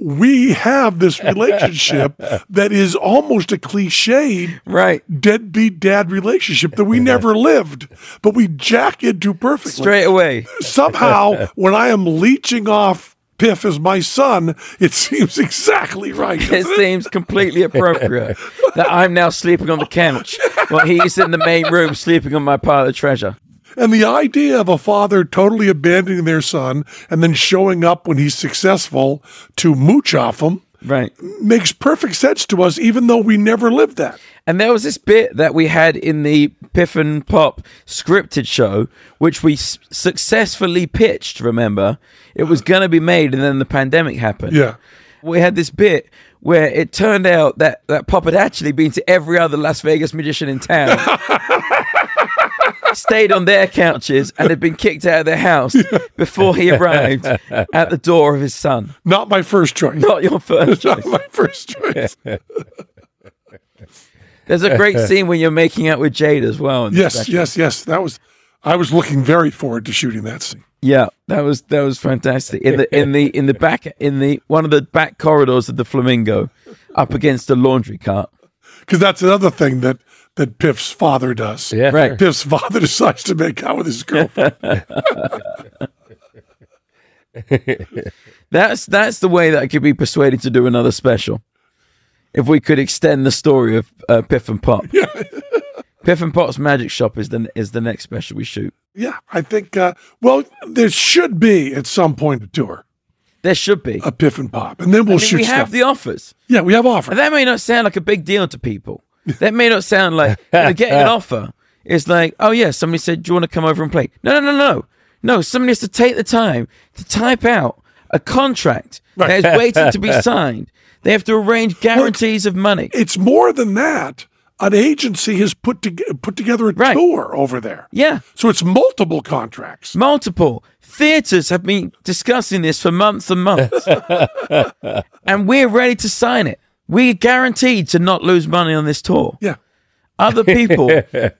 Speaker 2: we have this relationship that is almost a cliched
Speaker 5: Right.
Speaker 2: deadbeat dad relationship that we never lived, but we jack into perfectly.
Speaker 5: Straight away.
Speaker 2: Somehow, when I am leeching off Piff as my son, it seems exactly right.
Speaker 5: it
Speaker 2: doesn't it?
Speaker 5: seems completely appropriate that I'm now sleeping on the couch while he's in the main room sleeping on my pile of treasure.
Speaker 2: And the idea of a father totally abandoning their son and then showing up when he's successful to mooch off him
Speaker 5: Right.
Speaker 2: makes perfect sense to us, even though we never lived that.
Speaker 5: And there was this bit that we had in the Piff and Pop scripted show, which we s- successfully pitched, remember? It was going to be made, and then the pandemic happened.
Speaker 2: Yeah.
Speaker 5: We had this bit where it turned out that, that Pop had actually been to every other Las Vegas magician in town. Stayed on their couches and had been kicked out of their house before he arrived at the door of his son.
Speaker 2: Not my first choice.
Speaker 5: Not your first choice.
Speaker 2: Not my first choice.
Speaker 5: There's a great scene when you're making out with Jade as well. in the
Speaker 2: yes,
Speaker 5: special.
Speaker 2: yes, yes. That was. I was looking very forward to shooting that scene.
Speaker 5: Yeah, that was that was fantastic. In the in the in the back in the one of the back corridors of the Flamingo, up against the laundry cart.
Speaker 2: Because that's another thing that that Piff's father does.
Speaker 8: Yeah.
Speaker 5: Right.
Speaker 2: Piff's father decides to make out with his girlfriend.
Speaker 5: That's that's the way that I could be persuaded to do another special. If we could extend the story of uh, Piff and Pop. Piff and Pop's Magic Shop is the is the next special we shoot.
Speaker 2: yeah, I think. Uh, well, there should be at some point a tour.
Speaker 5: There should be.
Speaker 2: a piff and pop, and then we'll
Speaker 5: I mean,
Speaker 2: shoot
Speaker 5: we have
Speaker 2: stuff.
Speaker 5: the offers.
Speaker 2: yeah, we have offers.
Speaker 5: And that may not sound like a big deal to people. That may not sound like you know, getting an offer is like, oh yeah, somebody said, do you want to come over and play? No, no, no, no, no. Somebody has to take the time to type out a contract that is waiting to be signed. They have to arrange guarantees of money.
Speaker 2: it's more than that. An agency has put to, put together a
Speaker 5: Right.
Speaker 2: tour over there.
Speaker 5: Yeah,
Speaker 2: So it's multiple contracts.
Speaker 5: multiple theaters have been discussing this for months and months, and we're ready to sign it. We're guaranteed to not lose money on this tour.
Speaker 2: Yeah.
Speaker 5: Other people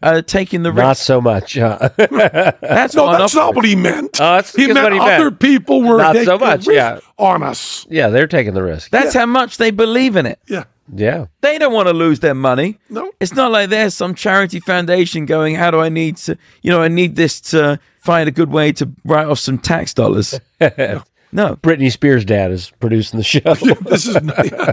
Speaker 5: are taking the
Speaker 8: Not
Speaker 5: risk.
Speaker 8: so much. huh?
Speaker 5: That's
Speaker 2: No,
Speaker 5: what an
Speaker 2: that's
Speaker 5: offer
Speaker 2: not what he meant.
Speaker 8: Oh, that's
Speaker 2: he
Speaker 8: just
Speaker 2: meant
Speaker 8: what he meant.
Speaker 2: other people were
Speaker 8: Not so
Speaker 2: taking a
Speaker 8: much,
Speaker 2: risk
Speaker 8: yeah.
Speaker 2: on us.
Speaker 8: yeah, they're taking the risk.
Speaker 5: That's how much they believe in it.
Speaker 2: Yeah.
Speaker 8: yeah.
Speaker 5: They don't want to lose their money.
Speaker 2: No.
Speaker 5: It's not like there's some charity foundation going, how do I need to, you know, I need this to find a good way to write off some tax dollars. no.
Speaker 8: Britney Spears' dad is producing the show.
Speaker 2: This is not, yeah.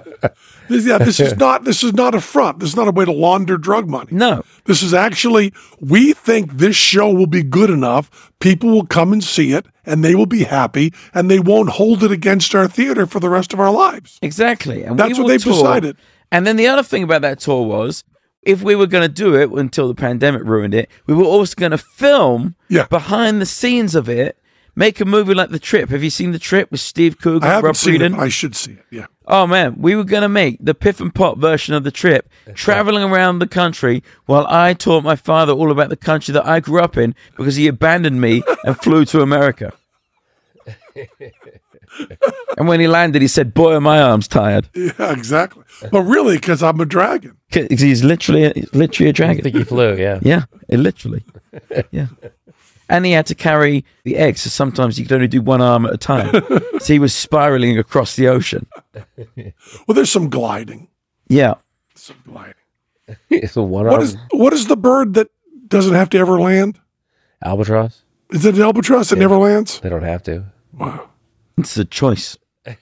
Speaker 2: This, yeah, this is not this is not a front. This is not a way to launder drug money.
Speaker 5: No.
Speaker 2: This is actually we think this show will be good enough, people will come and see it and they will be happy and they won't hold it against our theater for the rest of our lives.
Speaker 5: Exactly. And
Speaker 2: That's
Speaker 5: we
Speaker 2: what
Speaker 5: will
Speaker 2: they've
Speaker 5: tour.
Speaker 2: decided.
Speaker 5: And then the other thing about that tour was if we were going to do it until the pandemic ruined it, we were also going to film
Speaker 2: Yeah.
Speaker 5: behind the scenes of it, make a movie like The Trip. Have you seen The Trip with Steve Coogan,
Speaker 2: I haven't
Speaker 5: Rob
Speaker 2: seen
Speaker 5: Frieden?
Speaker 2: it. but I should see it. Yeah.
Speaker 5: Oh man, we were gonna make the piff and pop version of the trip, traveling around the country while I taught my father all about the country that I grew up in because he abandoned me and flew to America. and when he landed, he said, "Boy, are my arms tired."
Speaker 2: Yeah, exactly. But really, because I'm a dragon.
Speaker 5: 'Cause He's literally, a, he's literally a
Speaker 8: I think
Speaker 5: dragon.
Speaker 8: he flew, yeah.
Speaker 5: Yeah, it literally. Yeah. And he had to carry the eggs, so sometimes he could only do one arm at a time. so he was spiraling across the ocean.
Speaker 2: Well, there's some gliding.
Speaker 5: Yeah.
Speaker 2: Some gliding.
Speaker 8: It's a one
Speaker 2: What is what is the bird that doesn't have to ever land?
Speaker 8: albatross.
Speaker 2: Is it an albatross that never lands?
Speaker 8: They don't have to.
Speaker 2: Wow.
Speaker 5: It's a choice.
Speaker 2: So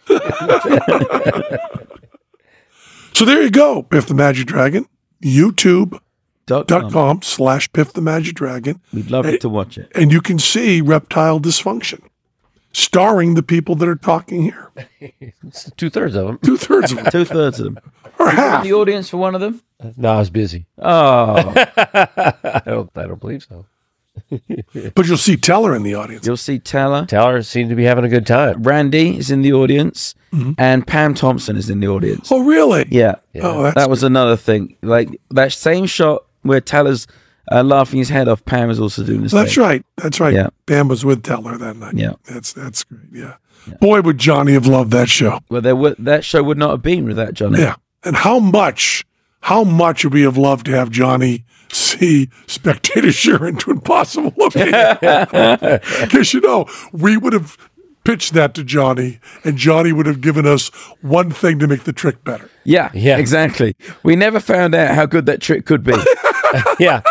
Speaker 2: there you go, Piff the Magic Dragon. YouTube.com
Speaker 5: Dot com.
Speaker 2: slash Piff the Magic Dragon.
Speaker 5: We'd love to watch it.
Speaker 2: And you can see reptile dysfunction. Starring the people that are talking here.
Speaker 8: It's two thirds of them.
Speaker 2: Two thirds of them.
Speaker 5: Two thirds of them.
Speaker 2: Or half.
Speaker 5: The audience for one of them?
Speaker 8: No, I was busy.
Speaker 5: Oh,
Speaker 8: I don't. I don't believe so.
Speaker 2: But you'll see Teller in the audience.
Speaker 5: you'll see Teller.
Speaker 8: Teller seemed to be having a good time.
Speaker 5: Randy is in the audience, and Pam Thompson is in the audience.
Speaker 2: Oh, really?
Speaker 5: Yeah,
Speaker 2: Oh, that's
Speaker 5: that was another thing. Like that same shot where Teller's uh, laughing his head off. Pam is also doing the same.
Speaker 2: That's right. That's right.
Speaker 5: Yeah.
Speaker 2: Bam was with Teller that night.
Speaker 5: Yeah.
Speaker 2: That's that's great. Yeah. Boy, would Johnny have loved that show.
Speaker 5: Well, there would that show would not have been without Johnny.
Speaker 2: Yeah. And how much, how much would we have loved to have Johnny see spectator sure into impossible looking? Because, you know, we would have pitched that to Johnny, and Johnny would have given us one thing to make the trick better.
Speaker 5: Yeah,
Speaker 8: Yeah.
Speaker 5: exactly. We never found out how good that trick could be.
Speaker 8: Yeah.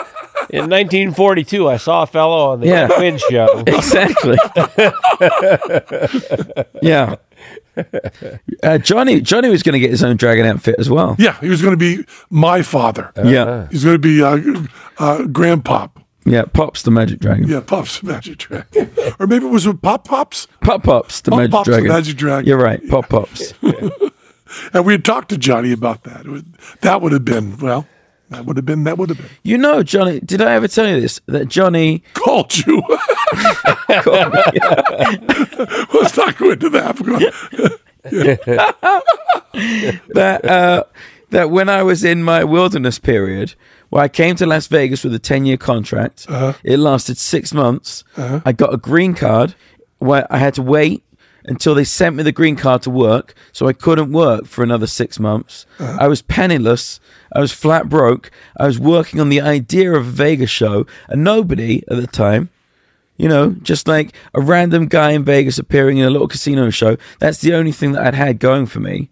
Speaker 8: In 1942, I saw a fellow on the
Speaker 5: Yeah.
Speaker 8: Quinn show.
Speaker 5: exactly. yeah. Uh, Johnny Johnny was going to get his own dragon outfit as well.
Speaker 2: Yeah. He was going to be my father.
Speaker 5: Yeah,
Speaker 2: He's going to be uh, uh, Grandpop.
Speaker 5: yeah. Pops the magic dragon.
Speaker 2: Yeah, Pop's Magic Trick. or maybe it was with Pop Pops.
Speaker 5: Pop Pops, the
Speaker 2: Pop
Speaker 5: Magic
Speaker 2: Pops, the
Speaker 5: Dragon.
Speaker 2: Magic Dragon.
Speaker 5: You're right, Pop Pops.
Speaker 2: And we had talked to Johnny about that. It would- that would have been, well, that would have been, that would have been.
Speaker 5: you know, Johnny, did I ever tell you this? That Johnny,
Speaker 2: Called you.
Speaker 5: called me-
Speaker 2: Let's not go into that. We're going-
Speaker 5: that, uh, that when I was in my wilderness period, where I came to Las Vegas with a 10 year contract, it lasted six months. I got a green card where I had to wait until they sent me the green card to work. So I couldn't work for another six months. I was penniless. I was flat broke. I was working on the idea of a Vegas show, and nobody at the time You know, just like a random guy in Vegas appearing in a little casino show. That's the only thing that I'd had going for me.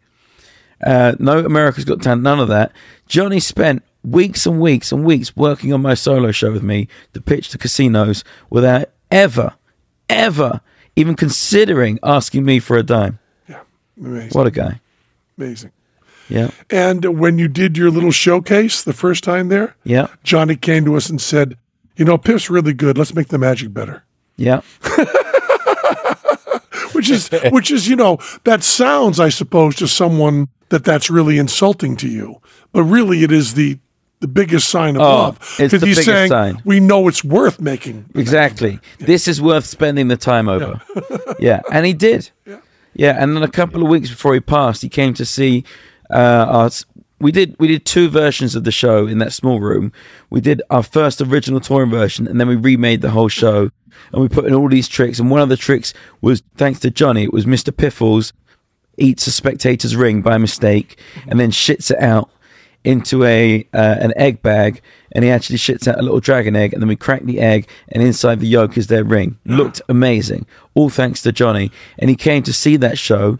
Speaker 5: Uh, no America's Got Talent, none of that. Johnny spent weeks and weeks and weeks working on my solo show with me to pitch to casinos without ever, ever even considering asking me for a dime.
Speaker 2: Amazing.
Speaker 5: What a guy.
Speaker 2: Amazing.
Speaker 5: Yeah.
Speaker 2: And when you did your little showcase the first time there,
Speaker 5: Yeah.
Speaker 2: Johnny came to us and said, You know, Piff's really good. Let's make the magic better.
Speaker 5: Yeah.
Speaker 2: Which which is which is you know that sounds I suppose to someone that that's really insulting to you, but really it is the the biggest sign of love
Speaker 5: it's the
Speaker 2: he's
Speaker 5: biggest
Speaker 2: saying
Speaker 5: sign.
Speaker 2: we know it's worth making.
Speaker 5: Exactly. This is worth spending the time over. Yeah, and he did. Yeah. and then a couple of weeks before he passed, he came to see uh, us. We did we did two versions of the show in that small room. We did our first original touring version, and then we remade the whole show, and we put in all these tricks. And one of the tricks was thanks to Johnny. It was Mr. Piffles eats a spectator's ring by mistake, and then shits it out into a uh, an egg bag, and he actually shits out a little dragon egg, and then we crack the egg, and inside the yolk is their ring. Looked amazing, all thanks to Johnny, and he came to see that show,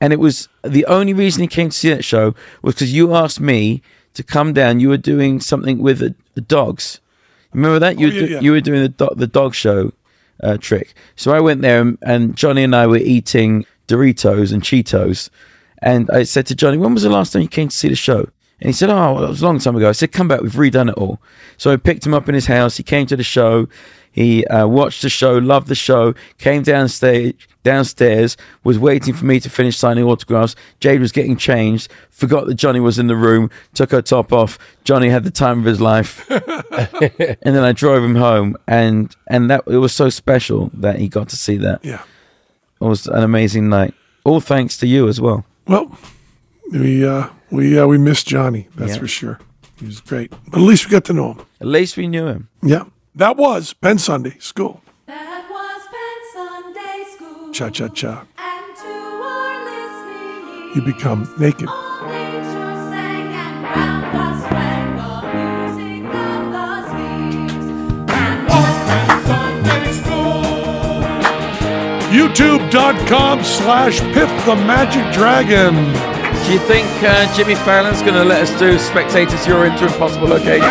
Speaker 5: and it was the only reason he came to see that show was because you asked me to come down. You were doing something with the, the dogs. Remember that you were
Speaker 2: Oh, yeah,
Speaker 5: do-
Speaker 2: yeah.
Speaker 5: you were doing the do- the dog show uh, trick. So I went there, and, and Johnny and I were eating Doritos and Cheetos. And I said to Johnny, "When was the last time you came to see the show?" And he said, "Oh, well, it was a long time ago." I said, "Come back, we've redone it all." So I picked him up in his house. He came to the show. He uh, watched the show, loved the show, came downstairs, downstairs, was waiting for me to finish signing autographs. Jade was getting changed, forgot that Johnny was in the room, took her top off. Johnny had the time of his life and then I drove him home, and and that it was so special that he got to see that.
Speaker 2: Yeah.
Speaker 5: It was an amazing night. All thanks to you as well.
Speaker 2: Well, we uh, we uh, we miss Johnny. That's for sure. He was great, but at least we got to know him.
Speaker 5: At least we knew him.
Speaker 2: Yeah, that was Penn Sunday School.
Speaker 3: That was Penn Sunday School.
Speaker 2: Cha cha cha.
Speaker 3: And to our listening
Speaker 2: You become naked.
Speaker 3: All nature sang and round us rang the music of the spheres. That was Penn Sunday School.
Speaker 2: YouTube.com slash Piff the Magic Dragon.
Speaker 5: Do you think uh, Jimmy Fallon's going to let us do spectators? You're into impossible location.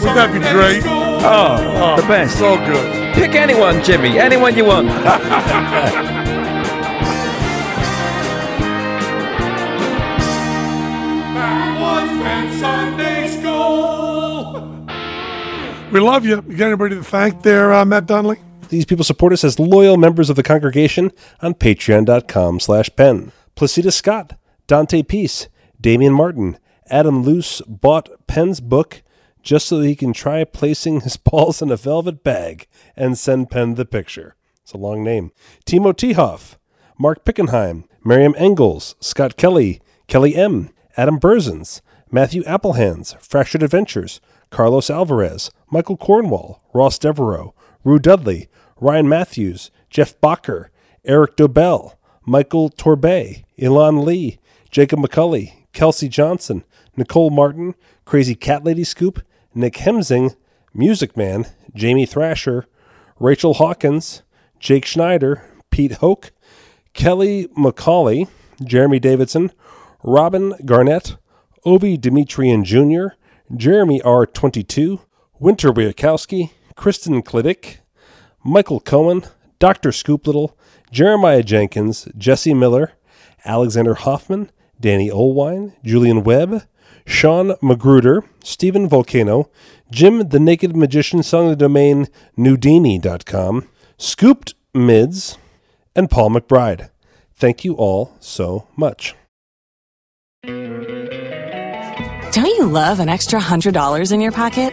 Speaker 2: Wouldn't that be great?
Speaker 5: Oh, the best.
Speaker 2: So good.
Speaker 5: Pick anyone, Jimmy. Anyone you want.
Speaker 2: We love you. You got anybody to thank there, uh, Matt Donnelly?
Speaker 9: These people support us as loyal members of the congregation on patreon.com slash pen. Placida Scott, Dante Peace, Damian Martin, Adam Luce bought Penn's book just so he can try placing his balls in a velvet bag and send Penn the picture. It's a long name. Timo Tehoff, Mark Pickenheim, Miriam Engels, Scott Kelly, Kelly M., Adam Burzens, Matthew Applehands, Fractured Adventures, Carlos Alvarez, Michael Cornwall, Ross Devereaux, Rue Dudley, Ryan Matthews, Jeff Bacher, Eric Dobell, Michael Torbay, Elon Lee, Jacob McCulley, Kelsey Johnson, Nicole Martin, Crazy Cat Lady Scoop, Nick Hemsing, Music Man, Jamie Thrasher, Rachel Hawkins, Jake Schneider, Pete Hoke, Kelly McCauley, Jeremy Davidson, Robin Garnett, Obi Demetrian Jr., Jeremy R22, Winter Wiakowski, Kristen Klidick, Michael Cohen, Dr. Scoop Little, Jeremiah Jenkins, Jesse Miller, Alexander Hoffman, Danny Olwine, Julian Webb, Sean Magruder, Stephen Volcano, Jim the Naked Magician, selling the domain nudini.com, Scooped Mids, and Paul McBride. Thank you all so much.
Speaker 1: Don't you love an extra $100 in your pocket?